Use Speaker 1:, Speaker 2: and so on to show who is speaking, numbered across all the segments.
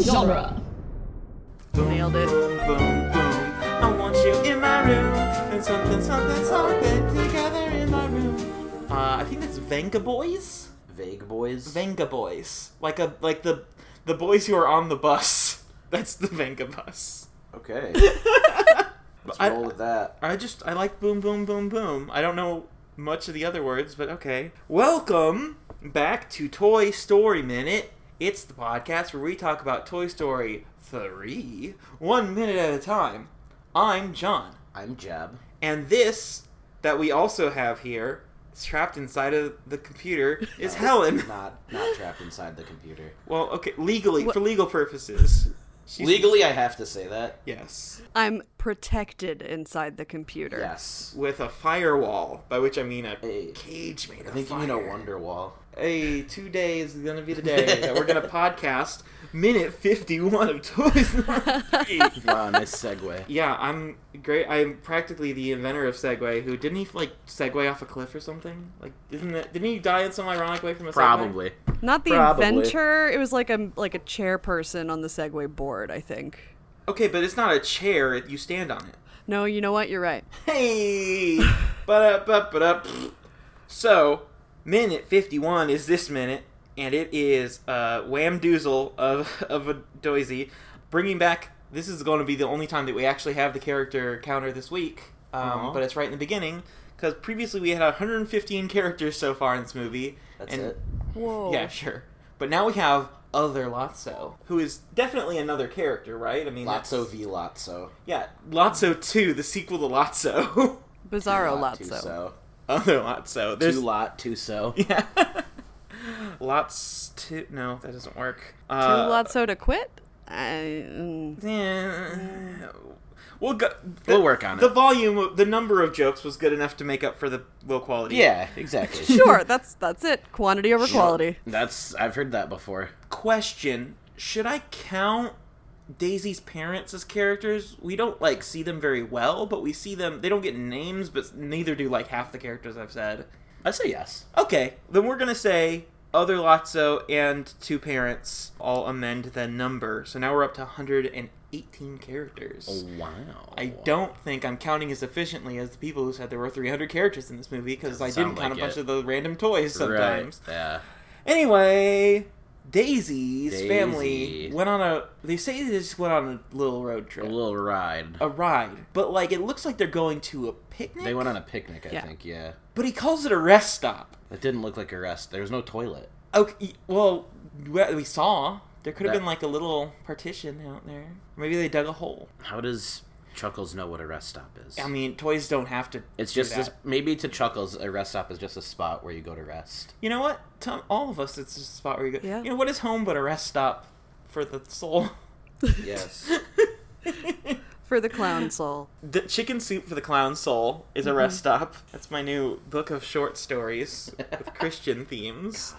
Speaker 1: genre.
Speaker 2: Nailed it.
Speaker 3: boom, boom. I want you in my room. And something, something, something together in my room. Uh, I think that's Venga Boys.
Speaker 4: Vague boys.
Speaker 3: Venga Boys, like a like the the boys who are on the bus. That's the Venga bus.
Speaker 4: okay. Let's
Speaker 3: I-
Speaker 4: roll with that.
Speaker 3: I just I like boom boom boom boom. I don't know much of the other words, but okay. Welcome back to Toy Story Minute. It's the podcast where we talk about Toy Story 3 one minute at a time. I'm John.
Speaker 4: I'm Jeb.
Speaker 3: And this that we also have here trapped inside of the computer is
Speaker 4: No,
Speaker 3: Helen.
Speaker 4: Not not trapped inside the computer.
Speaker 3: Well, okay, legally
Speaker 2: Wha-
Speaker 3: for legal purposes. She's-
Speaker 4: Legally, I have to say that.
Speaker 3: Yes,
Speaker 2: I'm protected inside the computer.
Speaker 4: Yes.
Speaker 3: with a firewall, by which I mean a
Speaker 4: Hey,
Speaker 3: cage made of
Speaker 4: I think you
Speaker 3: fire.
Speaker 4: mean a wonder wall.
Speaker 3: Hey, two days is gonna be the day that we're gonna podcast minute fifty-one of Toys. R Us.
Speaker 4: Wow, nice segue.
Speaker 3: yeah, I'm great. I'm practically the inventor of Segway. Who didn't he like Segway off a cliff or something? Like, isn't that didn't he die in some ironic way from a Segway?
Speaker 4: Probably.
Speaker 2: Not the
Speaker 4: Probably.
Speaker 2: inventor. It was like a like a chairperson on the Segway board. I think.
Speaker 3: Okay, but it's not a chair. It, you stand on it.
Speaker 2: No, you know what? You're right.
Speaker 3: Hey! ba da ba So, minute 51 is this minute, and it is uh, Wham Doozle of, of a Doisy bringing back. This is going to be the only time that we actually have the character counter this week, um,
Speaker 4: Aw.
Speaker 3: but it's right in the beginning, because previously we had 115 characters so far in this movie.
Speaker 4: That's
Speaker 3: and-
Speaker 4: it.
Speaker 2: Whoa.
Speaker 3: Yeah, sure. But now we have Other Lotso, who is definitely another character, right? I mean,
Speaker 4: Lotso
Speaker 3: that's-
Speaker 4: v Lotso.
Speaker 3: Yeah, Lotso 2, the sequel to Lotso.
Speaker 2: Bizarro
Speaker 4: Lot two
Speaker 2: Lotso.
Speaker 4: so.
Speaker 3: Other Lotso. There's
Speaker 4: Two lot, two so.
Speaker 3: yeah. Lots to no, that doesn't work.
Speaker 2: Two
Speaker 3: Uh,
Speaker 2: Lotso to quit. I, mm,
Speaker 3: eh, We'll go.
Speaker 4: We'll work on
Speaker 3: the
Speaker 4: it.
Speaker 3: volume, the number of jokes was good enough to make up for the low quality.
Speaker 4: Yeah, exactly.
Speaker 2: sure. That's that's it. Quantity over quality.
Speaker 4: That's I've heard that before.
Speaker 3: Question: Should I count Daisy's parents as characters? We don't like see them very well, but we see them. They don't get names, but neither do like half the characters I've said.
Speaker 4: I say yes.
Speaker 3: Okay, then we're gonna say other Lotso and two parents all amend the number. So now we're up to 118 characters.
Speaker 4: Oh, Wow.
Speaker 3: I don't think I'm counting as efficiently as the people who said there were 300 characters in this movie because I
Speaker 4: Doesn't
Speaker 3: didn't
Speaker 4: sound
Speaker 3: count
Speaker 4: like
Speaker 3: a bunch
Speaker 4: it.
Speaker 3: of the random toys sometimes.
Speaker 4: Right. Yeah.
Speaker 3: Anyway, Daisy's family
Speaker 4: Daisy.
Speaker 3: went on a. They say they just went on a little road
Speaker 4: A
Speaker 3: trip,
Speaker 4: little ride.
Speaker 3: a ride, but like it looks like they're going to a picnic.
Speaker 4: They went on a picnic, I
Speaker 2: Yeah.
Speaker 4: think. Yeah.
Speaker 3: but he calls it a rest stop.
Speaker 4: It didn't look like a rest. There was no toilet.
Speaker 3: Okay. Well, we we saw there could have
Speaker 4: That-
Speaker 3: been like a little partition out there. Maybe they dug a hole.
Speaker 4: How does Chuckles know what a rest stop is?
Speaker 3: I mean, toys don't have to.
Speaker 4: it's
Speaker 3: do
Speaker 4: just this,
Speaker 3: that.
Speaker 4: maybe to Chuckles, a rest stop is just a spot where you go to rest.
Speaker 3: You know what? To all of us, it's just a spot where you go.
Speaker 2: Yeah.
Speaker 3: You know what is home but a rest stop for the soul.
Speaker 4: Yes.
Speaker 2: For the clown soul.
Speaker 4: Uh,
Speaker 3: The chicken soup for the clown soul is a rest stop. That's my new book of short stories with Christian themes.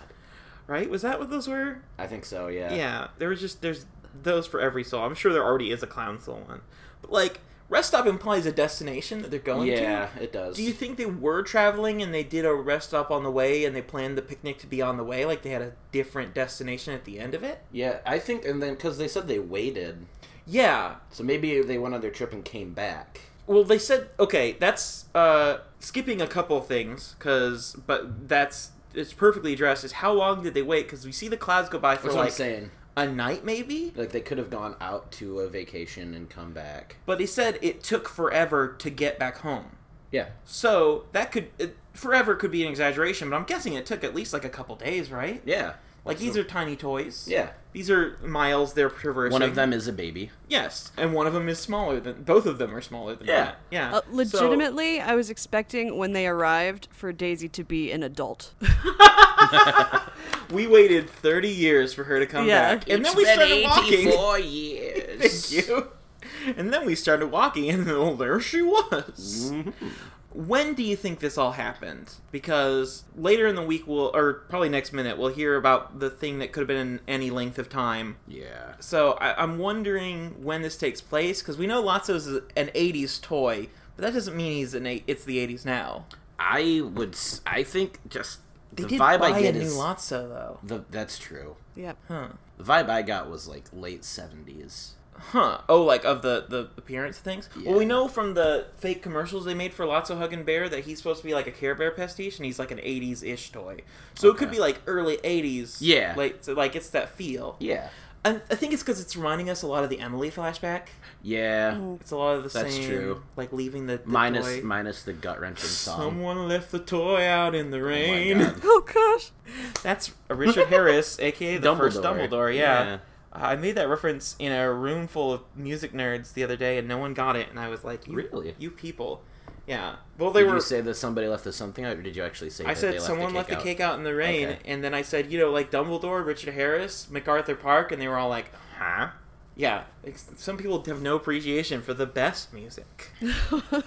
Speaker 3: Right? Was that what those were?
Speaker 4: I think so. Yeah.
Speaker 3: Yeah, there was just there's those for every soul. I'm sure there already is a clown soul one, but like rest stop implies a destination that they're going
Speaker 4: Yeah,
Speaker 3: to.
Speaker 4: it does.
Speaker 3: Do you think they were traveling and they did a rest stop on the way and they planned the picnic to be on the way, like they had a different destination at the end of it?
Speaker 4: yeah, I think, and then because they said they waited,
Speaker 3: Yeah.
Speaker 4: so maybe they went on their trip and came back.
Speaker 3: Well, they said okay. That's uh, skipping a couple of things, cause but that's it's perfectly addressed. Is how long did they wait? Because we see the clouds go by for
Speaker 4: That's what I'm
Speaker 3: like
Speaker 4: saying.
Speaker 3: a night, maybe.
Speaker 4: Like they could have gone out to a vacation and come back.
Speaker 3: But he said it took forever to get back home.
Speaker 4: Yeah.
Speaker 3: So that could it, forever could be an exaggeration, but I'm guessing it took at least like a couple days, right?
Speaker 4: Yeah.
Speaker 3: Like these are tiny toys.
Speaker 4: Yeah.
Speaker 3: These are miles they're traversing.
Speaker 4: One of them is a baby.
Speaker 3: Yes, and one of them is smaller than both of them are smaller than
Speaker 4: Yeah.
Speaker 3: that. Yeah.
Speaker 2: Uh,
Speaker 3: So-
Speaker 2: legitimately, I was expecting when they arrived for Daisy to be an adult.
Speaker 3: we waited 30 years for her to come
Speaker 2: Yeah.
Speaker 3: back. And then we started walking.
Speaker 4: years.
Speaker 3: Thank you. And then we started walking and oh, there she was.
Speaker 4: Mm-hmm.
Speaker 3: when do you think this all happened? Because later in the week, we'll, or probably next minute, we'll hear about the thing that could have been in any length of time.
Speaker 4: Yeah.
Speaker 3: So I, I'm wondering when this takes place because we know Lotso is an '80s toy, but that doesn't mean he's an eight. It's the '80s now.
Speaker 4: I would. s- I think just
Speaker 3: They
Speaker 4: The
Speaker 3: did
Speaker 4: vibe I
Speaker 3: buy
Speaker 4: get
Speaker 3: a
Speaker 4: is-
Speaker 3: new Lotso though.
Speaker 4: The, that's true.
Speaker 2: Yep.
Speaker 3: Huh.
Speaker 4: The vibe I got was like late seventies.
Speaker 3: Huh. Oh, like of the the appearance of things. Well, we
Speaker 4: Yeah.
Speaker 3: know from the fake commercials they made for Lotso Hug and Bear that he's supposed to be like a Care Bear pastiche, and he's like an '80s ish toy. So it could
Speaker 4: Okay.
Speaker 3: be like early '80s.
Speaker 4: Yeah.
Speaker 3: Like so like it's that feel.
Speaker 4: Yeah,
Speaker 3: I, I think it's because it's reminding us a lot of the Emily flashback.
Speaker 4: yeah.
Speaker 3: It's a lot of the
Speaker 4: That's
Speaker 3: same.
Speaker 4: true.
Speaker 3: Like leaving Mm. the, the
Speaker 4: Minus
Speaker 3: toy.
Speaker 4: minus the gut wrenching song.
Speaker 3: Someone left the toy out in the
Speaker 4: Oh my
Speaker 3: rain.
Speaker 4: God.
Speaker 2: Oh gosh.
Speaker 3: That's Richard Harris, aka the first
Speaker 4: Dumbledore.
Speaker 3: Dumbledore. Yeah.
Speaker 4: Yeah.
Speaker 3: I made that reference in a room full of music nerds the other day, and no one got it. And I was like, you,
Speaker 4: Really?
Speaker 3: you people." Yeah. Well, they
Speaker 4: did
Speaker 3: were.
Speaker 4: you say that somebody left us something out, or did you actually say?
Speaker 3: I
Speaker 4: that
Speaker 3: said
Speaker 4: they left
Speaker 3: someone
Speaker 4: the
Speaker 3: left the
Speaker 4: out?
Speaker 3: cake out in the rain,
Speaker 4: Okay.
Speaker 3: and then I said, you know, like Dumbledore, Richard Harris, MacArthur Park, and they were all like,
Speaker 4: Huh?
Speaker 3: "Yeah." Like, some people have no appreciation for the best music.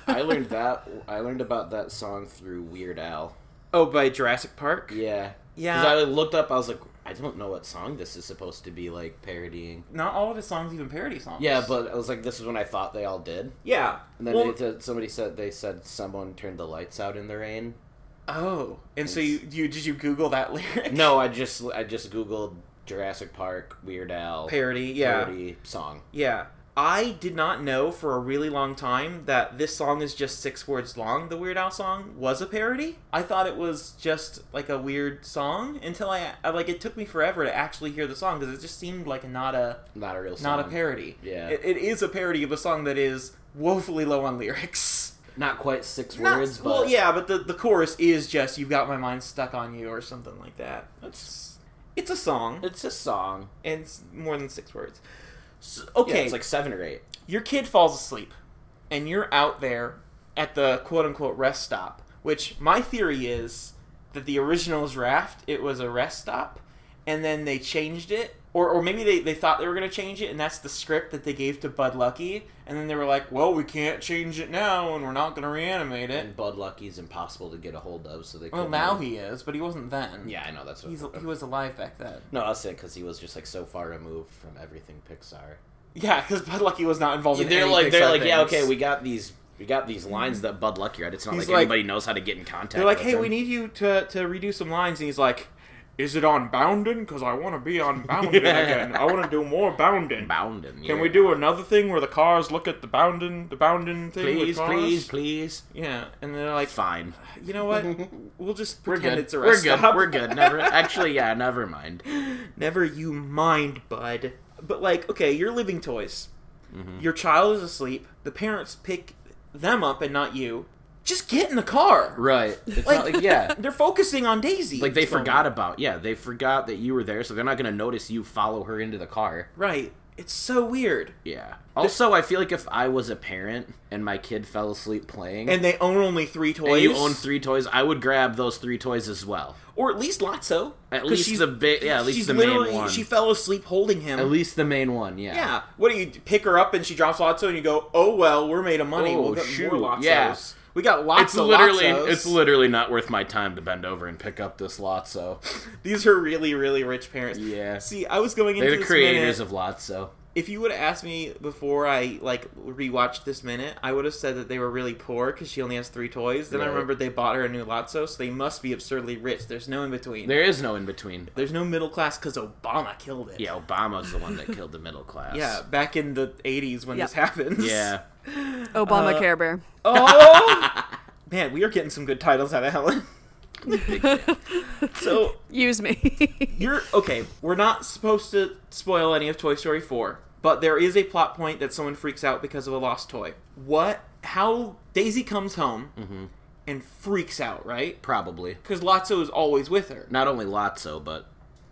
Speaker 4: I learned that. I learned about that song through Weird Al.
Speaker 3: Oh, by Jurassic Park.
Speaker 4: Yeah.
Speaker 3: Yeah.
Speaker 4: Because I looked up, I was like, I don't know what song this is supposed to be like parodying.
Speaker 3: Not all of his songs even parody songs.
Speaker 4: Yeah, but I was like, this is when I thought they all did.
Speaker 3: yeah.
Speaker 4: And then
Speaker 3: Well-
Speaker 4: they said- somebody said they said someone turned the lights out in the rain.
Speaker 3: Oh, and so you,
Speaker 4: It's-
Speaker 3: you did you Google that lyric?
Speaker 4: No, I just I just googled Jurassic Park Weird Al
Speaker 3: parody. Yeah,
Speaker 4: parody song.
Speaker 3: yeah. I did not know for a really long time that this song is just six words long. The Weird Al song was a parody. I thought it was just like a weird song until I, I like it took me forever to actually hear the song because it just seemed like not a
Speaker 4: Not a real song.
Speaker 3: not a parody.
Speaker 4: Yeah.
Speaker 3: it, it is a parody of a song that is woefully low on lyrics.
Speaker 4: Not quite six
Speaker 3: Not-
Speaker 4: words, but
Speaker 3: well, yeah, but the the chorus is just "You've got my mind stuck on you" or something like that. It's it's a song.
Speaker 4: it's a song.
Speaker 3: and it's more than six words. So,
Speaker 4: Yeah,
Speaker 3: okay,
Speaker 4: it's like seven or eight.
Speaker 3: your kid falls asleep, and you're out there at the quote unquote rest stop. Which my theory is that the original draft it was a rest stop, and then they changed it, or or maybe they, they thought they were gonna change it, and that's the script that they gave to Bud Lucky, and then they were like, well, we can't change it now, and we're not gonna reanimate it.
Speaker 4: And Bud Lucky's impossible to get a hold of, so they.
Speaker 3: Well,
Speaker 4: couldn't-
Speaker 3: now he is, but he wasn't then.
Speaker 4: Mm-hmm. Yeah, I know that's what.
Speaker 3: He's, he was alive back then.
Speaker 4: No, I'll say because he was just like so far removed from everything Pixar.
Speaker 3: Yeah, because Bud Lucky was not involved in
Speaker 4: they're
Speaker 3: any
Speaker 4: like, they're
Speaker 3: Pixar
Speaker 4: like, yeah,
Speaker 3: things.
Speaker 4: okay, we got these, we got these lines that Bud Lucky wrote. It's not
Speaker 3: He's
Speaker 4: like,
Speaker 3: like-
Speaker 4: anybody knows how to get in contact.
Speaker 3: They're like,
Speaker 4: with
Speaker 3: hey,
Speaker 4: him.
Speaker 3: we need you to, to redo some lines. And he's like, is it on Boundin'? Because I want to be on Boundin' again. I want to do more Boundin'.
Speaker 4: Boundin'.
Speaker 3: Can
Speaker 4: yeah.
Speaker 3: we do another thing where the cars look at the Boundin', the Boundin' thing? with
Speaker 4: Please,
Speaker 3: cars?
Speaker 4: please, please.
Speaker 3: Yeah, and they're like,
Speaker 4: Fine.
Speaker 3: you know what? We'll just
Speaker 4: We're
Speaker 3: pretend
Speaker 4: good.
Speaker 3: it's a
Speaker 4: We're
Speaker 3: rest
Speaker 4: good.
Speaker 3: stop."
Speaker 4: We're good. Never. Actually, yeah, never mind.
Speaker 3: Never you mind, bud. But like, okay, you're living toys.
Speaker 4: Mm-hmm.
Speaker 3: Your child is asleep. The parents pick them up and not you. Just get in the car.
Speaker 4: Right. It's
Speaker 3: Like-
Speaker 4: not like yeah.
Speaker 3: They're focusing on Daisy.
Speaker 4: Like they
Speaker 3: It's fine.
Speaker 4: forgot about yeah they forgot that you were there so they're not gonna notice you follow her into the car
Speaker 3: Right. It's so weird.
Speaker 4: yeah also I feel like if I was a parent and my kid fell asleep playing
Speaker 3: And they own only three toys.
Speaker 4: and you own three toys I would grab those three toys as well
Speaker 3: or at least Lotso.
Speaker 4: At
Speaker 3: 'Cause
Speaker 4: least the ba- yeah, at least
Speaker 3: she's
Speaker 4: the main
Speaker 3: literally-
Speaker 4: one.
Speaker 3: She fell asleep holding him.
Speaker 4: At least the main one, yeah.
Speaker 3: yeah. What do you pick her up and she drops Lotso and you go, oh well, we're made of money. we'll
Speaker 4: Oh,
Speaker 3: get
Speaker 4: shoot,
Speaker 3: more Lotsos.
Speaker 4: yeah.
Speaker 3: We got lots
Speaker 4: It's
Speaker 3: of
Speaker 4: literally
Speaker 3: Lotsos.
Speaker 4: it's literally not worth my time to bend over and pick up this Lotso.
Speaker 3: These are really really rich parents.
Speaker 4: Yeah.
Speaker 3: See, I was going into
Speaker 4: They're the
Speaker 3: this
Speaker 4: creators
Speaker 3: minute-
Speaker 4: of Lotso.
Speaker 3: if you would have asked me before I like rewatched this minute, I would have said that they were really poor because she only has three toys. Then I
Speaker 4: Right.
Speaker 3: remembered they bought her a new Lotso, so they must be absurdly rich. There's no in between.
Speaker 4: There is no in between.
Speaker 3: There's no middle class because Obama killed it.
Speaker 4: Yeah, Obama's the one that killed the middle class.
Speaker 3: Yeah, back in the 80s when
Speaker 2: Yeah.
Speaker 3: this happens.
Speaker 4: Yeah.
Speaker 2: Obama
Speaker 4: Uh,
Speaker 2: Care Bear.
Speaker 3: Oh! Man, we are getting some good titles out of Helen. so,
Speaker 2: Use me.
Speaker 3: you're. Okay, we're not supposed to spoil any of Toy Story 4, but there is a plot point that someone freaks out because of a lost toy. What? How Daisy comes home
Speaker 4: Mm-hmm.
Speaker 3: and freaks out, right?
Speaker 4: Probably.
Speaker 3: Because Lotso is always with her.
Speaker 4: Not only Lotso, but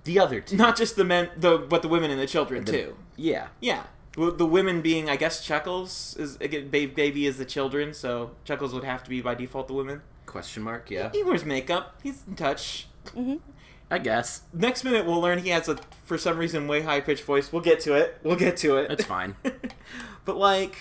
Speaker 4: the other two.
Speaker 3: Not just the men, the but the women and the children, too.
Speaker 4: Yeah.
Speaker 3: Yeah. Well, the women being, I guess, Chuckles is again, ba- baby is the children, so Chuckles would have to be by default the women.
Speaker 4: Question mark, yeah.
Speaker 3: He wears makeup. He's in touch.
Speaker 4: I guess.
Speaker 3: Next minute, we'll learn he has a, for some reason, way high pitched voice. We'll get to it. We'll get to
Speaker 4: That's
Speaker 3: it.
Speaker 4: fine.
Speaker 3: but like,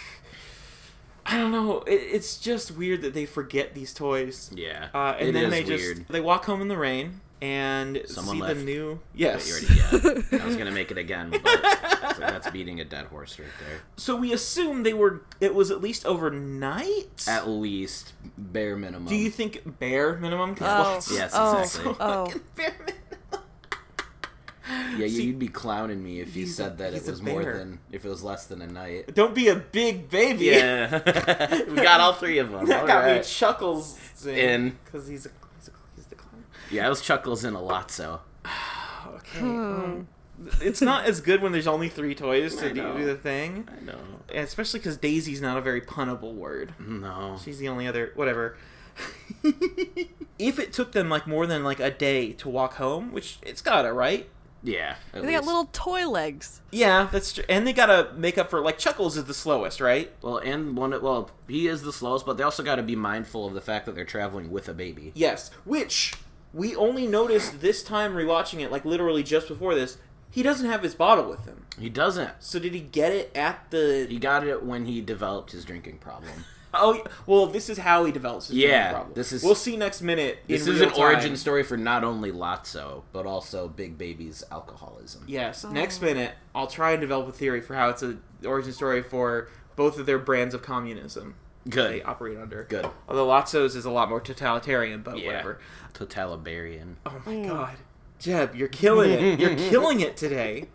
Speaker 3: I don't know. It, it's just weird that they forget these toys.
Speaker 4: Yeah.
Speaker 3: Uh, and
Speaker 4: It
Speaker 3: then
Speaker 4: is
Speaker 3: they just
Speaker 4: weird.
Speaker 3: they walk home in the rain. and
Speaker 4: Someone
Speaker 3: see
Speaker 4: left.
Speaker 3: the new
Speaker 4: But you
Speaker 3: yes.
Speaker 4: already- yeah. I was gonna make it again, but it's like, that's beating a dead horse right there.
Speaker 3: So we assume they were. It was at least overnight.
Speaker 4: At least bare minimum.
Speaker 3: Do you think bare minimum? 'Cause
Speaker 2: Oh.
Speaker 3: lots-
Speaker 4: Yes,
Speaker 2: oh,
Speaker 4: exactly.
Speaker 2: Oh.
Speaker 3: Fucking bare minimum.
Speaker 4: yeah,
Speaker 3: see-
Speaker 4: you'd be clowning me if you
Speaker 3: He's a-
Speaker 4: said that it
Speaker 3: he's a
Speaker 4: was more
Speaker 3: bear.
Speaker 4: than if it was less than a night.
Speaker 3: Don't be a big baby.
Speaker 4: Yeah, we got all three of them.
Speaker 3: That
Speaker 4: All
Speaker 3: got me
Speaker 4: right.
Speaker 3: chuckles
Speaker 4: In.
Speaker 3: because he's a he's a he's the clown.
Speaker 4: yeah, those chuckles in a lot. So
Speaker 3: Okay.
Speaker 2: Hmm.
Speaker 3: um, it's not as good when there's only three toys
Speaker 4: I
Speaker 3: to do,
Speaker 4: know.
Speaker 3: do the thing,
Speaker 4: I know.
Speaker 3: And especially because Daisy's not a very punnable word.
Speaker 4: No.
Speaker 3: She's the only other whatever. if it took them like more than like a day to walk home, which it's gotta right.
Speaker 4: Yeah. at
Speaker 2: And they got
Speaker 4: least.
Speaker 2: little toy legs.
Speaker 3: Yeah, that's true. And they gotta make up for like Chuckles is the slowest, right?
Speaker 4: Well, and one. Well, he is the slowest, but they also got to be mindful of the fact that they're traveling with a baby.
Speaker 3: Yes, which we only noticed this time rewatching it, like literally just before this. He doesn't have his bottle with him.
Speaker 4: He doesn't.
Speaker 3: So did he get it at the?
Speaker 4: He got it when he developed his drinking problem.
Speaker 3: Oh, well, this is how he develops his
Speaker 4: Yeah,
Speaker 3: drinking problem.
Speaker 4: this is-
Speaker 3: We'll see next minute.
Speaker 4: This
Speaker 3: in
Speaker 4: is
Speaker 3: real
Speaker 4: an origin
Speaker 3: time.
Speaker 4: story for not only Lotso, but also Big Baby's alcoholism.
Speaker 3: Yes, next minute I'll try and develop a theory for how it's a origin story for both of their brands of communism they
Speaker 4: Good.
Speaker 3: operate under.
Speaker 4: Good.
Speaker 3: Although Lotso's is a lot more totalitarian, but
Speaker 4: Yeah.
Speaker 3: whatever.
Speaker 4: Totalitarian.
Speaker 3: Oh my god. Jeb, you're killing it. You're killing it today.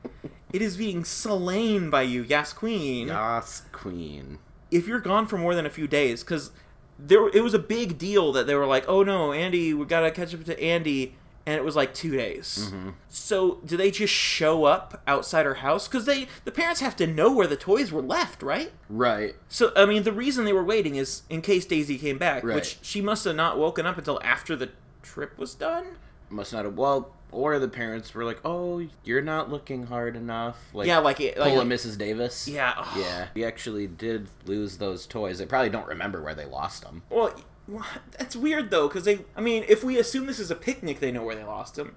Speaker 3: It is being slain by you, yes, queen.
Speaker 4: Yas Queen.
Speaker 3: if you're gone for more than a few days, because there it was a big deal that they were like, oh no, Andy, we gotta catch up to Andy, and it was like two days. So do they just show up outside her house? Because they the parents have to know where the toys were left, right?
Speaker 4: Right.
Speaker 3: So I mean, the reason they were waiting is in case Daisy came back,
Speaker 4: Right.
Speaker 3: which she must have not woken up until after the trip was done.
Speaker 4: Must not have. Well, or the parents were like, "Oh, you're not looking hard enough." Like,
Speaker 3: yeah, like it, like
Speaker 4: pull a Mrs. Davis.
Speaker 3: yeah, ugh.
Speaker 4: Yeah. We actually did lose those toys. They probably don't remember where they lost them.
Speaker 3: Well, wha- that's weird though, because they. I mean, if we assume this is a picnic, they know where they lost him.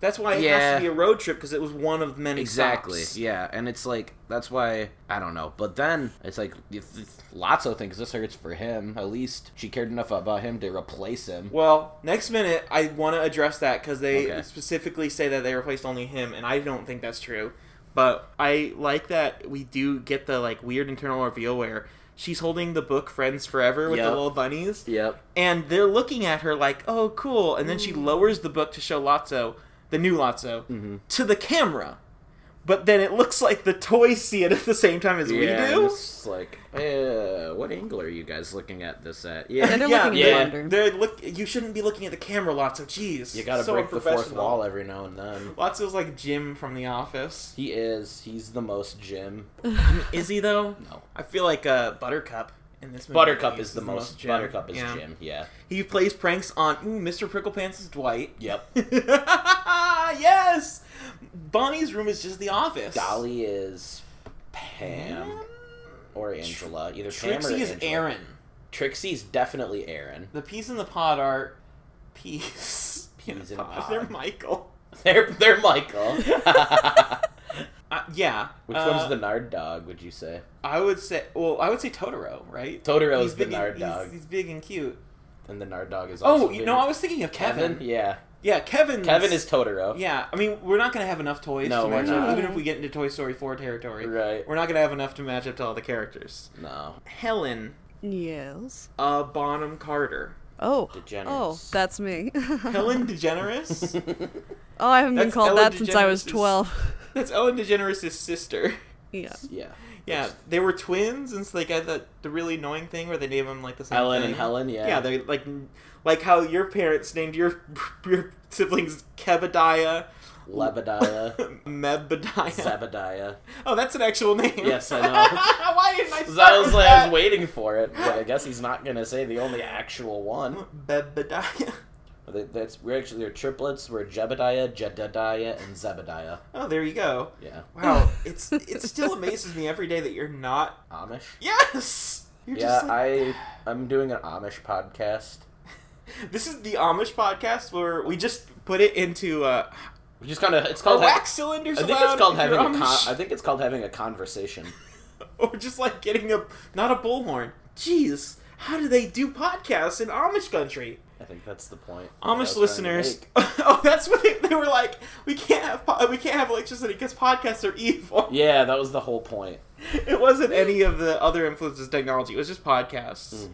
Speaker 3: That's why it has
Speaker 4: Yeah.
Speaker 3: to be a road trip because it was one of many.
Speaker 4: Exactly.
Speaker 3: stops.
Speaker 4: Yeah, and it's like that's why I don't know. But then it's like if, if Lotso thinks this hurts for him. At least she cared enough about him to replace him.
Speaker 3: Well, next minute I want to address that because they
Speaker 4: Okay.
Speaker 3: specifically say that they replaced only him, and I don't think that's true. But I like that we do get the like weird internal reveal where she's holding the book "Friends Forever" with the
Speaker 4: Yep.
Speaker 3: little bunnies,
Speaker 4: Yep.
Speaker 3: and they're looking at her like, "Oh, cool," and then she
Speaker 4: Mm.
Speaker 3: lowers the book to show Lotso, the new Lotso,
Speaker 4: Mm-hmm.
Speaker 3: to the camera. But then it looks like the toys see it at the same time as
Speaker 4: yeah,
Speaker 3: we
Speaker 4: and
Speaker 3: do.
Speaker 4: It's just like, eh, what angle are you guys looking at this at? Yeah.
Speaker 2: And they're
Speaker 3: Yeah,
Speaker 2: looking
Speaker 4: yeah.
Speaker 2: at the blender.
Speaker 3: They're look. You shouldn't be looking at the camera, Lotso. Jeez,
Speaker 4: you gotta
Speaker 3: so
Speaker 4: break the fourth
Speaker 3: unprofessional.
Speaker 4: wall every now and then.
Speaker 3: Lotso's like Jim from The Office.
Speaker 4: He is. He's the most Jim.
Speaker 3: Is he though?
Speaker 4: No.
Speaker 3: I feel like uh, Buttercup in this movie.
Speaker 4: Buttercup is
Speaker 3: uses
Speaker 4: the most.
Speaker 3: Jim.
Speaker 4: Buttercup is
Speaker 3: Yeah.
Speaker 4: Jim. Yeah.
Speaker 3: He plays pranks on ooh, Mr. Pricklepants is Dwight.
Speaker 4: Yep.
Speaker 3: yes. Bonnie's room is just The Office.
Speaker 4: Dolly is Pam
Speaker 3: Pam?
Speaker 4: or Angela. Either Pam or
Speaker 3: Trixie is
Speaker 4: Angela.
Speaker 3: Aaron.
Speaker 4: Trixie's definitely Aaron.
Speaker 3: The peas in the pod are peas.
Speaker 4: Peas in a pod.
Speaker 3: They're Michael.
Speaker 4: They're they're Michael.
Speaker 3: Uh, yeah.
Speaker 4: Which
Speaker 3: Uh,
Speaker 4: one's the Nard dog? Would you say?
Speaker 3: I would say. Well, I would say Totoro, right?
Speaker 4: Totoro
Speaker 3: He's
Speaker 4: is the
Speaker 3: big and-
Speaker 4: Nard
Speaker 3: he's-
Speaker 4: dog,
Speaker 3: He's big and cute.
Speaker 4: and the Nard dog is. Also
Speaker 3: Oh, you
Speaker 4: big.
Speaker 3: know, I was thinking of
Speaker 4: Kevin.
Speaker 3: Kevin.
Speaker 4: Yeah,
Speaker 3: Yeah, Kevin.
Speaker 4: Kevin is Totoro.
Speaker 3: Yeah, I mean, we're not gonna have enough toys
Speaker 4: No,
Speaker 3: to
Speaker 4: we're
Speaker 3: match
Speaker 4: not.
Speaker 3: up, even if we get into Toy Story Four territory.
Speaker 4: Right.
Speaker 3: We're not gonna have enough to match up to all the characters.
Speaker 4: No.
Speaker 3: Helen,
Speaker 2: Yes.
Speaker 3: uh, Bonham Carter,
Speaker 2: Oh. Oh,
Speaker 4: Degenerates.
Speaker 2: that's me.
Speaker 3: Helen DeGeneres.
Speaker 2: oh, I haven't been
Speaker 3: That's
Speaker 2: called
Speaker 3: Ellen
Speaker 2: that since I was
Speaker 3: DeGeneres'
Speaker 2: 12.
Speaker 3: That's Ellen DeGeneres' sister.
Speaker 2: yeah.
Speaker 4: yeah.
Speaker 3: Yeah,
Speaker 4: Which-
Speaker 3: they were twins, and so they got the, the really annoying thing where they name them like the same.
Speaker 4: Ellen
Speaker 3: thing.
Speaker 4: and Helen. Yeah.
Speaker 3: Yeah, they like like how your parents named your your siblings Kebediah,
Speaker 4: Lebediah.
Speaker 3: Mebediah.
Speaker 4: Zebediah.
Speaker 3: Oh, that's an actual name.
Speaker 4: Yes, I know.
Speaker 3: Why didn't I? Start
Speaker 4: 'Cause I was
Speaker 3: with
Speaker 4: like, I
Speaker 3: that?
Speaker 4: was waiting for it, but I guess he's not gonna say the only actual one.
Speaker 3: Bebediah.
Speaker 4: They- That's we're actually they're triplets. We're Jebediah, Jedediah, and Zebediah.
Speaker 3: Oh, there you go.
Speaker 4: Yeah.
Speaker 3: Wow, it's it still amazes me every day that you're not.
Speaker 4: Amish.
Speaker 3: Yes, you're
Speaker 4: Yeah,
Speaker 3: just. Like,
Speaker 4: I I'm doing an Amish podcast.
Speaker 3: This is the Amish podcast where we just put it into. Uh,
Speaker 4: We just kind of it's
Speaker 3: are
Speaker 4: called.
Speaker 3: wax cylinders?
Speaker 4: I think
Speaker 3: allowed
Speaker 4: it's called
Speaker 3: if you're
Speaker 4: having a con-
Speaker 3: Amish?
Speaker 4: I think it's called having a conversation.
Speaker 3: or just like getting a not a bullhorn. Jeez, how do they do podcasts in Amish country?
Speaker 4: I think that's the point. that I was
Speaker 3: Amish
Speaker 4: trying to
Speaker 3: listeners,
Speaker 4: make.
Speaker 3: oh, that's what they, they were like. We can't have po- we can't have electricity because podcasts are evil.
Speaker 4: Yeah, that was the whole point.
Speaker 3: It wasn't any of the other influences of technology. It was just podcasts,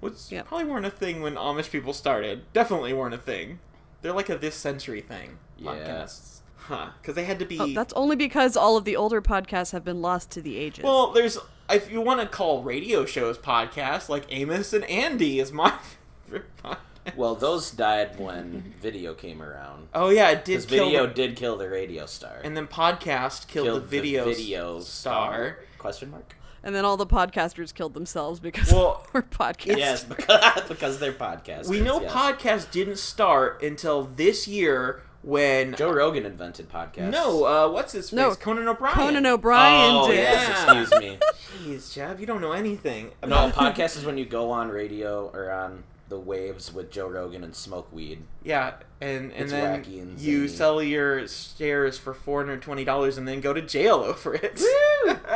Speaker 3: which
Speaker 2: Yep.
Speaker 3: probably weren't a thing when Amish people started. Definitely weren't a thing. They're like a this century thing.
Speaker 4: Yeah.
Speaker 3: Podcasts, huh? Because they had to be.
Speaker 2: Oh, that's only because all of the older podcasts have been lost to the ages.
Speaker 3: well, there's if you want to call radio shows podcasts, like Amos and Andy is my favorite podcast.
Speaker 4: Well, those died when video came around.
Speaker 3: Oh yeah, it
Speaker 4: Because
Speaker 3: did kill
Speaker 4: video
Speaker 3: the-
Speaker 4: did kill the radio star.
Speaker 3: and then podcast killed, the video star.
Speaker 4: Question mark?
Speaker 2: and then all the podcasters killed themselves because
Speaker 3: Well,
Speaker 2: we're podcasters.
Speaker 4: Yes, because, because they're podcasters.
Speaker 3: We know
Speaker 4: yes.
Speaker 3: podcasts didn't start until this year when
Speaker 4: Joe Rogan invented podcasts.
Speaker 3: no, uh, what's his face?
Speaker 2: No.
Speaker 3: Conan O'Brien.
Speaker 2: Conan O'Brien
Speaker 4: Oh,
Speaker 2: did.
Speaker 4: yes,
Speaker 3: Yeah.
Speaker 4: excuse me.
Speaker 3: Jeez, Jeff, you don't know anything.
Speaker 4: No, podcast is when you go on radio or on the waves with Joe Rogan and smoke weed.
Speaker 3: Yeah, and and
Speaker 4: It's
Speaker 3: then
Speaker 4: wacky and
Speaker 3: you
Speaker 4: zany.
Speaker 3: sell your shares for four hundred twenty dollars and then go to jail over it,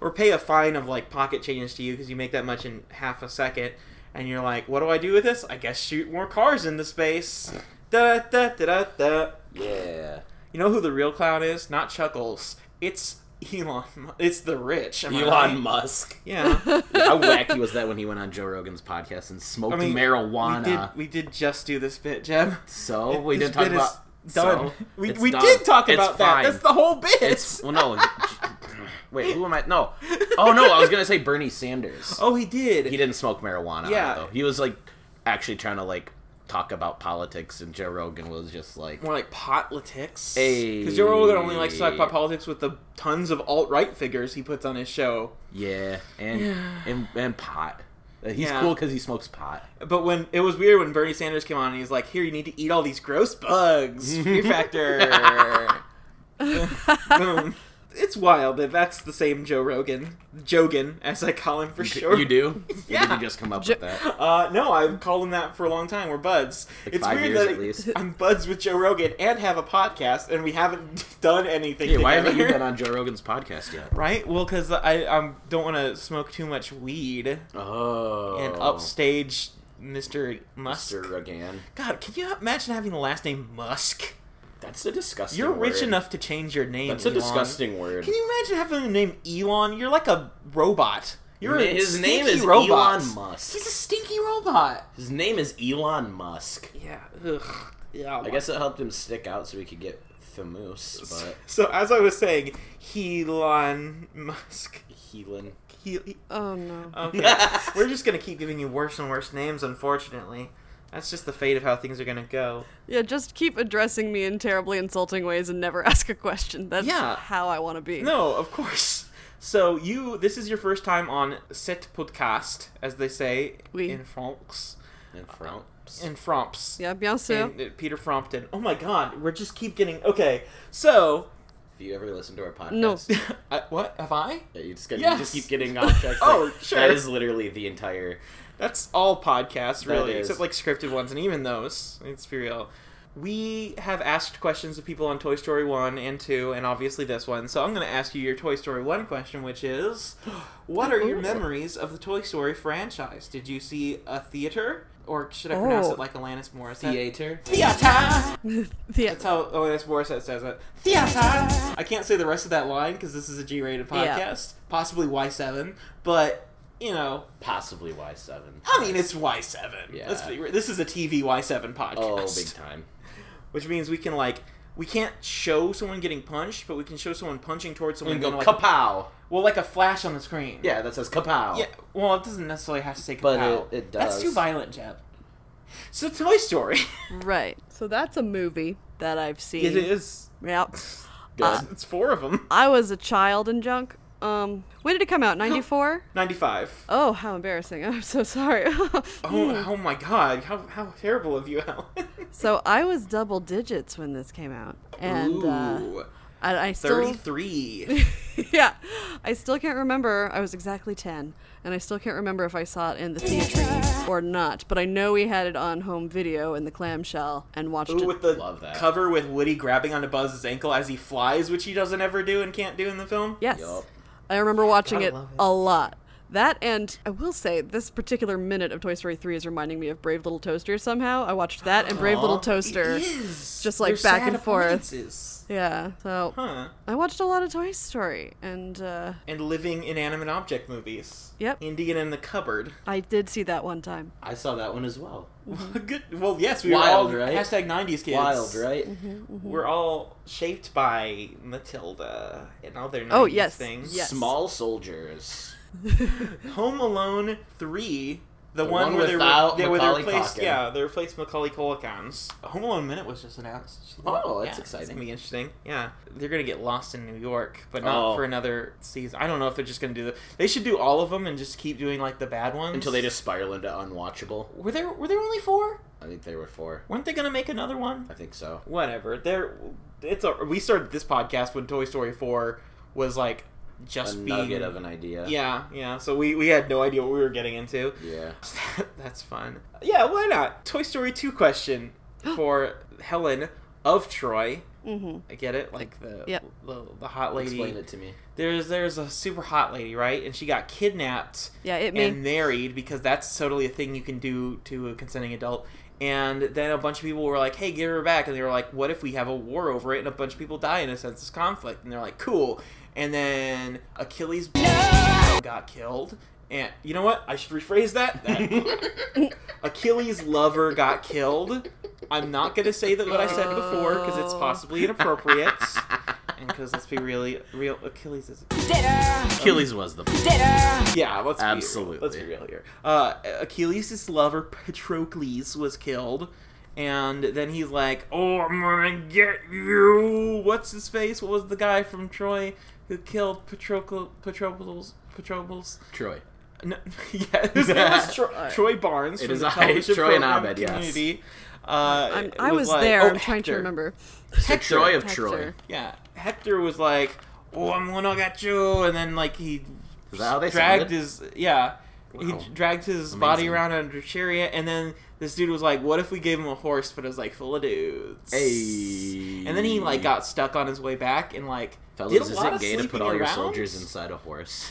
Speaker 3: or pay a fine of like pocket change to you because you make that much in half a second, and you're like, what do I do with this? I guess shoot more cars into space. Da da da da da.
Speaker 4: Yeah.
Speaker 3: You know who the real clown is? Not Chuckles. It's Elon. Mu- It's the rich. am I right?
Speaker 4: Elon Musk.
Speaker 3: Yeah.
Speaker 4: How wacky was that when he went on Joe Rogan's podcast and smoked
Speaker 3: I mean,
Speaker 4: marijuana?
Speaker 3: we did. We did just do this bit, Jeb.
Speaker 4: so we
Speaker 3: This
Speaker 4: didn't talk
Speaker 3: bit is
Speaker 4: about.
Speaker 3: Done.
Speaker 4: so,
Speaker 3: we
Speaker 4: it's
Speaker 3: we
Speaker 4: done.
Speaker 3: did talk
Speaker 4: It's
Speaker 3: about that.
Speaker 4: fine.
Speaker 3: That's the whole bit.
Speaker 4: It's well, no. Wait, who am I? No. Oh no, I was gonna say Bernie Sanders.
Speaker 3: oh, he did.
Speaker 4: He didn't smoke marijuana. on it,
Speaker 3: Yeah.
Speaker 4: though. He was like actually trying to like talk about politics, and Joe Rogan was just like,
Speaker 3: More like politics.
Speaker 4: Hey.
Speaker 3: Because Joe Rogan only likes to talk about politics with the tons of alt right figures he puts on his show.
Speaker 4: yeah, and and and pot. Uh, He's
Speaker 3: Yeah.
Speaker 4: cool because he smokes pot.
Speaker 3: But when it was weird when Bernie Sanders came on and he's like, "Here, you need to eat all these gross bugs." Fear Factor. Boom. It's wild that that's the same Joe Rogan, Jogan, as I call him for sure.
Speaker 4: You do? Or did
Speaker 3: Yeah.
Speaker 4: you just come up
Speaker 2: Jo-
Speaker 4: with that?
Speaker 3: Uh, no, I've called him that for a long time. We're buds. it's
Speaker 4: five
Speaker 3: weird
Speaker 4: years
Speaker 3: that
Speaker 4: at least.
Speaker 3: I'm buds with Joe Rogan and have a podcast, and we haven't done anything.
Speaker 4: Hey, why haven't you
Speaker 3: together.
Speaker 4: been on Joe Rogan's podcast yet?
Speaker 3: Right? Well, because I um, don't want to smoke too much weed
Speaker 4: Oh, uh,
Speaker 3: and upstage Mr. Musk.
Speaker 4: Mr. Rogan.
Speaker 3: God, can you imagine having the last name Musk?
Speaker 4: That's a disgusting.
Speaker 3: You're rich
Speaker 4: word.
Speaker 3: enough to change your name.
Speaker 4: That's a
Speaker 3: Elon.
Speaker 4: disgusting word.
Speaker 3: Can you imagine having the name Elon? You're like a robot. You're a
Speaker 4: His name
Speaker 3: stinky
Speaker 4: is
Speaker 3: robot.
Speaker 4: Elon Musk.
Speaker 3: He's a stinky robot.
Speaker 4: His name is Elon Musk.
Speaker 3: Yeah. Ugh. Yeah.
Speaker 4: I guess it helped him stick out so he could get famous, but
Speaker 3: So as I was saying, Elon Musk.
Speaker 4: Helan.
Speaker 3: He,
Speaker 2: Oh no.
Speaker 3: okay. We're just gonna keep giving you worse and worse names, unfortunately. That's just the fate of how things are gonna go.
Speaker 2: Yeah, just keep addressing me in terribly insulting ways and never ask a question. That's
Speaker 3: Yeah.
Speaker 2: how I want to be.
Speaker 3: No, of course. So you, this is your first time on set podcast, as they say
Speaker 2: Oui.
Speaker 3: in France.
Speaker 4: And
Speaker 3: Uh,
Speaker 4: Front.
Speaker 3: In France.
Speaker 2: Yeah, bien sûr.
Speaker 3: And, uh, Peter Frampton. Oh my God, we're just keep getting okay. So,
Speaker 4: If you ever listen to our podcast,
Speaker 2: No.
Speaker 3: I, what have I?
Speaker 4: yeah, you, just get,
Speaker 3: Yes.
Speaker 4: you just keep getting off track.
Speaker 3: Oh,
Speaker 4: Like,
Speaker 3: sure.
Speaker 4: That is literally the entire.
Speaker 3: That's all podcasts,
Speaker 4: That
Speaker 3: really,
Speaker 4: is.
Speaker 3: except like scripted ones, and even those, it's be real. We have asked questions of people on Toy Story 1 and 2, and obviously this one. So I'm going to ask you your Toy Story 1 question, which is What are your memories of the Toy Story franchise? Did you see a theater? Or should I pronounce
Speaker 2: Oh.
Speaker 3: it like Alanis Morissette?
Speaker 4: Theater?
Speaker 3: Theater!
Speaker 2: Yeah.
Speaker 3: That's how Alanis Morissette says it. Theater! I can't say the rest of that line because this is a G rated
Speaker 2: Yeah.
Speaker 3: podcast, possibly Y7, but, you know,
Speaker 4: Possibly Y7.
Speaker 3: I mean, it's Y7.
Speaker 4: Yeah.
Speaker 3: Let's be real. This is a TV Y7 podcast.
Speaker 4: Oh, big time.
Speaker 3: Which means we can, like, we can't show someone getting punched, but we can show someone punching towards
Speaker 4: We
Speaker 3: someone.
Speaker 4: can go
Speaker 3: and, like,
Speaker 4: kapow.
Speaker 3: well, like a flash on the screen.
Speaker 4: Yeah, that says kapow.
Speaker 3: Yeah. Well, it doesn't necessarily have to say
Speaker 4: But
Speaker 3: kapow.
Speaker 4: it- it
Speaker 3: That's
Speaker 4: does.
Speaker 3: too violent, Jeb. So, Toy Story.
Speaker 2: Right. So that's a movie that I've seen.
Speaker 3: it
Speaker 4: Mm.
Speaker 3: is.
Speaker 2: Yep.
Speaker 4: Good.
Speaker 2: Uh,
Speaker 3: It's four of them.
Speaker 2: I was a child in junk. Um, when did it come out? 94?
Speaker 3: 95.
Speaker 2: Oh, how embarrassing. I'm so sorry.
Speaker 3: Oh, oh my god, how, how terrible of you, Alan.
Speaker 2: so I was double digits when this came out. And uh,
Speaker 3: Ooh,
Speaker 2: I, I still
Speaker 3: 33.
Speaker 2: yeah, I still can't remember. I was exactly 10, and I still can't remember if I saw it in the theater or not. But I know we had it on home video in the clamshell and watched
Speaker 3: Ooh,
Speaker 2: it.
Speaker 3: with the
Speaker 4: Love that.
Speaker 3: cover with Woody grabbing onto Buzz's ankle as he flies, which he doesn't ever do and can't do in the film.
Speaker 2: yes.
Speaker 4: Yup.
Speaker 2: I remember watching
Speaker 3: Gotta
Speaker 2: it,
Speaker 3: love it.
Speaker 2: a lot. That and I will say this particular minute of Toy Story 3 is reminding me of Brave Little Toaster somehow. I watched that and Brave Little
Speaker 3: Aw,
Speaker 2: Toaster.
Speaker 3: It is.
Speaker 2: just, like,
Speaker 3: They're
Speaker 2: back
Speaker 3: sad
Speaker 2: and forth.
Speaker 3: appliances.
Speaker 2: Yeah. So
Speaker 3: Huh.
Speaker 2: I watched a lot of Toy Story and uh,
Speaker 3: And living inanimate object movies.
Speaker 2: Yep.
Speaker 3: Indian in the cupboard.
Speaker 2: I did see that one time.
Speaker 4: I saw that one as well.
Speaker 2: Mm-hmm.
Speaker 3: Good. Well, yes, we
Speaker 4: Wild,
Speaker 3: were all
Speaker 4: right?
Speaker 3: hashtag '90s kids.
Speaker 4: Wild, right?
Speaker 2: Mm-hmm.
Speaker 3: We're all shaped by Matilda and all their 90s
Speaker 2: Oh, yes.
Speaker 3: things.
Speaker 2: Yes.
Speaker 4: Small soldiers.
Speaker 3: Home Alone three, the,
Speaker 4: The
Speaker 3: one,
Speaker 4: one
Speaker 3: where they were
Speaker 4: without
Speaker 3: they, where they
Speaker 4: Macaulay
Speaker 3: replaced
Speaker 4: Culkin.
Speaker 3: yeah they replaced Macaulay Culkin's Home Alone minute was just announced.
Speaker 4: Oh,
Speaker 3: Yeah,
Speaker 4: that's
Speaker 3: It's
Speaker 4: exciting.
Speaker 3: gonna be interesting. Yeah, they're gonna get lost in New York, but not
Speaker 4: Oh.
Speaker 3: for another season. I don't know if they're just gonna do the. They should do all of them and just keep doing like the bad ones
Speaker 4: Until they just spiral into unwatchable.
Speaker 3: were there. Were there only four?
Speaker 4: I think they were four.
Speaker 3: Weren't they gonna make another one?
Speaker 4: I think so.
Speaker 3: Whatever. There, it's a. We started this podcast when Toy Story four was like
Speaker 4: A
Speaker 3: just
Speaker 4: nugget
Speaker 3: being.
Speaker 4: of an idea.
Speaker 3: yeah, yeah. So we, we had no idea what we were getting into.
Speaker 4: Yeah.
Speaker 3: That's fun. Yeah, why not? Toy Story 2 question for Helen of Troy.
Speaker 2: Mm-hmm.
Speaker 3: I get it, like the
Speaker 2: Yep.
Speaker 3: the, the hot
Speaker 4: Explain
Speaker 3: lady.
Speaker 4: it to me.
Speaker 3: There's there's a super hot lady, right? And she got kidnapped
Speaker 2: Yeah, it me.
Speaker 3: and married because that's totally a thing you can do to a consenting adult. And then a bunch of people were like, "Hey, give her back," and they were like, "What if we have a war over it and a bunch of people die in a senseless conflict?" And they're like, "Cool." And then Achilles got killed. And you know what? I should rephrase that. that Achilles' lover got killed. I'm not going to say that what I said before because it's possibly inappropriate. And because let's be really real, Achilles is.
Speaker 4: Achilles was the.
Speaker 3: Yeah, let's
Speaker 4: Absolutely.
Speaker 3: Be, let's be real here. Uh, Achilles' lover Patrocles was killed, and then he's like, "Oh, I'm gonna get you." What's his face? What was the guy from Troy who killed Patrocl- Patrocles? Patrocles?
Speaker 4: Troy.
Speaker 3: No, yeah, his name was Tro-
Speaker 2: Uh,
Speaker 3: Troy Barnes
Speaker 4: it
Speaker 3: from
Speaker 4: is
Speaker 3: the
Speaker 4: I,
Speaker 3: television
Speaker 4: Troy and
Speaker 3: program
Speaker 4: Abed, yes.
Speaker 3: Community. Uh,
Speaker 2: I'm,
Speaker 3: it
Speaker 2: I was,
Speaker 3: like-
Speaker 2: there.
Speaker 3: oh,
Speaker 2: I'm trying to
Speaker 3: Hector.
Speaker 2: remember.
Speaker 4: So Troy of
Speaker 2: Hector.
Speaker 4: Troy.
Speaker 3: Yeah, Hector was like, "Oh, I'm gonna get you," and then like he
Speaker 4: Is that how they
Speaker 3: dragged
Speaker 4: sounded?
Speaker 3: his yeah, he
Speaker 4: Wow.
Speaker 3: dragged his body
Speaker 4: Amazing.
Speaker 3: around under a chariot, and then this dude was like, "What if we gave him a horse, but it was like full of dudes?"
Speaker 4: Hey.
Speaker 3: And then he like got stuck on his way back and like
Speaker 4: Fellas,
Speaker 3: did a
Speaker 4: is
Speaker 3: lot
Speaker 4: it
Speaker 3: of
Speaker 4: gay to put
Speaker 3: sleeping
Speaker 4: all your
Speaker 3: around?
Speaker 4: soldiers inside a horse?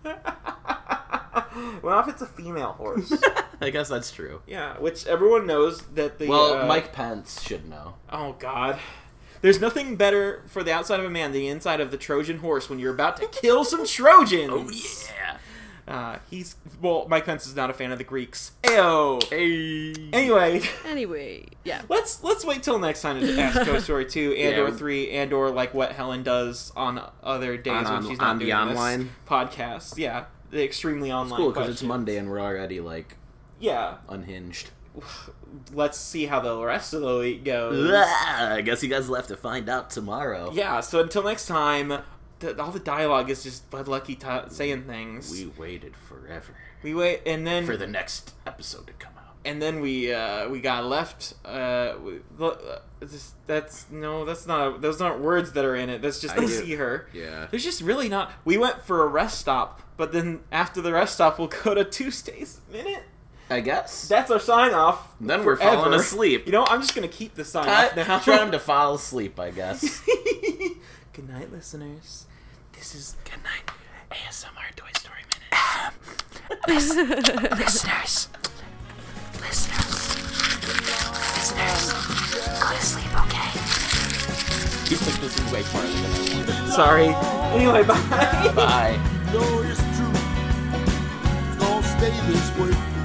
Speaker 3: well, if it's a female horse,
Speaker 4: I guess that's true.
Speaker 3: yeah, which everyone knows that the
Speaker 4: Well,
Speaker 3: uh,
Speaker 4: Mike Pence should know.
Speaker 3: Oh God. There's nothing better for the outside of a man than the inside of the Trojan horse when you're about to kill some Trojans.
Speaker 4: Oh,
Speaker 3: Uh, he's well. Mike Pence is not a fan of the Greeks. Ayo.
Speaker 4: Hey.
Speaker 3: Anyway,
Speaker 2: Anyway, yeah.
Speaker 3: let's let's wait till next time to ask Toy Story two and
Speaker 4: Yeah.
Speaker 3: or three and or like what Helen does on other days
Speaker 4: On-
Speaker 3: when
Speaker 4: on-
Speaker 3: she's not
Speaker 4: on the
Speaker 3: doing this
Speaker 4: online?
Speaker 3: podcast. Yeah, the extremely online.
Speaker 4: It's cool because it's
Speaker 3: question.
Speaker 4: Monday and we're already like
Speaker 3: Yeah,
Speaker 4: unhinged.
Speaker 3: let's see how the rest of the week goes.
Speaker 4: I guess you guys will have to find out tomorrow.
Speaker 3: Yeah. So until next time. The, all the dialogue is just Bud Lucky ta saying things.
Speaker 4: We waited forever
Speaker 3: We wait, and then
Speaker 4: for the next episode to come out.
Speaker 3: and then we uh, we got left. Uh, we, uh, this, that's no, that's not. Those aren't words that are in it. That's just I
Speaker 4: I do.
Speaker 3: see her.
Speaker 4: Yeah.
Speaker 3: There's just really not. We went for a rest stop, but then after the rest stop, we'll go to Tuesday's minute.
Speaker 4: I guess.
Speaker 3: That's our sign off.
Speaker 4: Then we're
Speaker 3: forever.
Speaker 4: falling asleep.
Speaker 3: You know, I'm just gonna keep the sign off now.
Speaker 4: I'm trying to fall asleep, I guess.
Speaker 3: Good night, listeners. This is
Speaker 4: Good night. ASMR Toy Story Minute.
Speaker 1: listeners, listeners, listeners, go to sleep, okay?
Speaker 4: You took this way farther than I wanted.
Speaker 3: sorry. Anyway, bye.
Speaker 4: Bye.
Speaker 5: know it's true. It's gonna stay this way.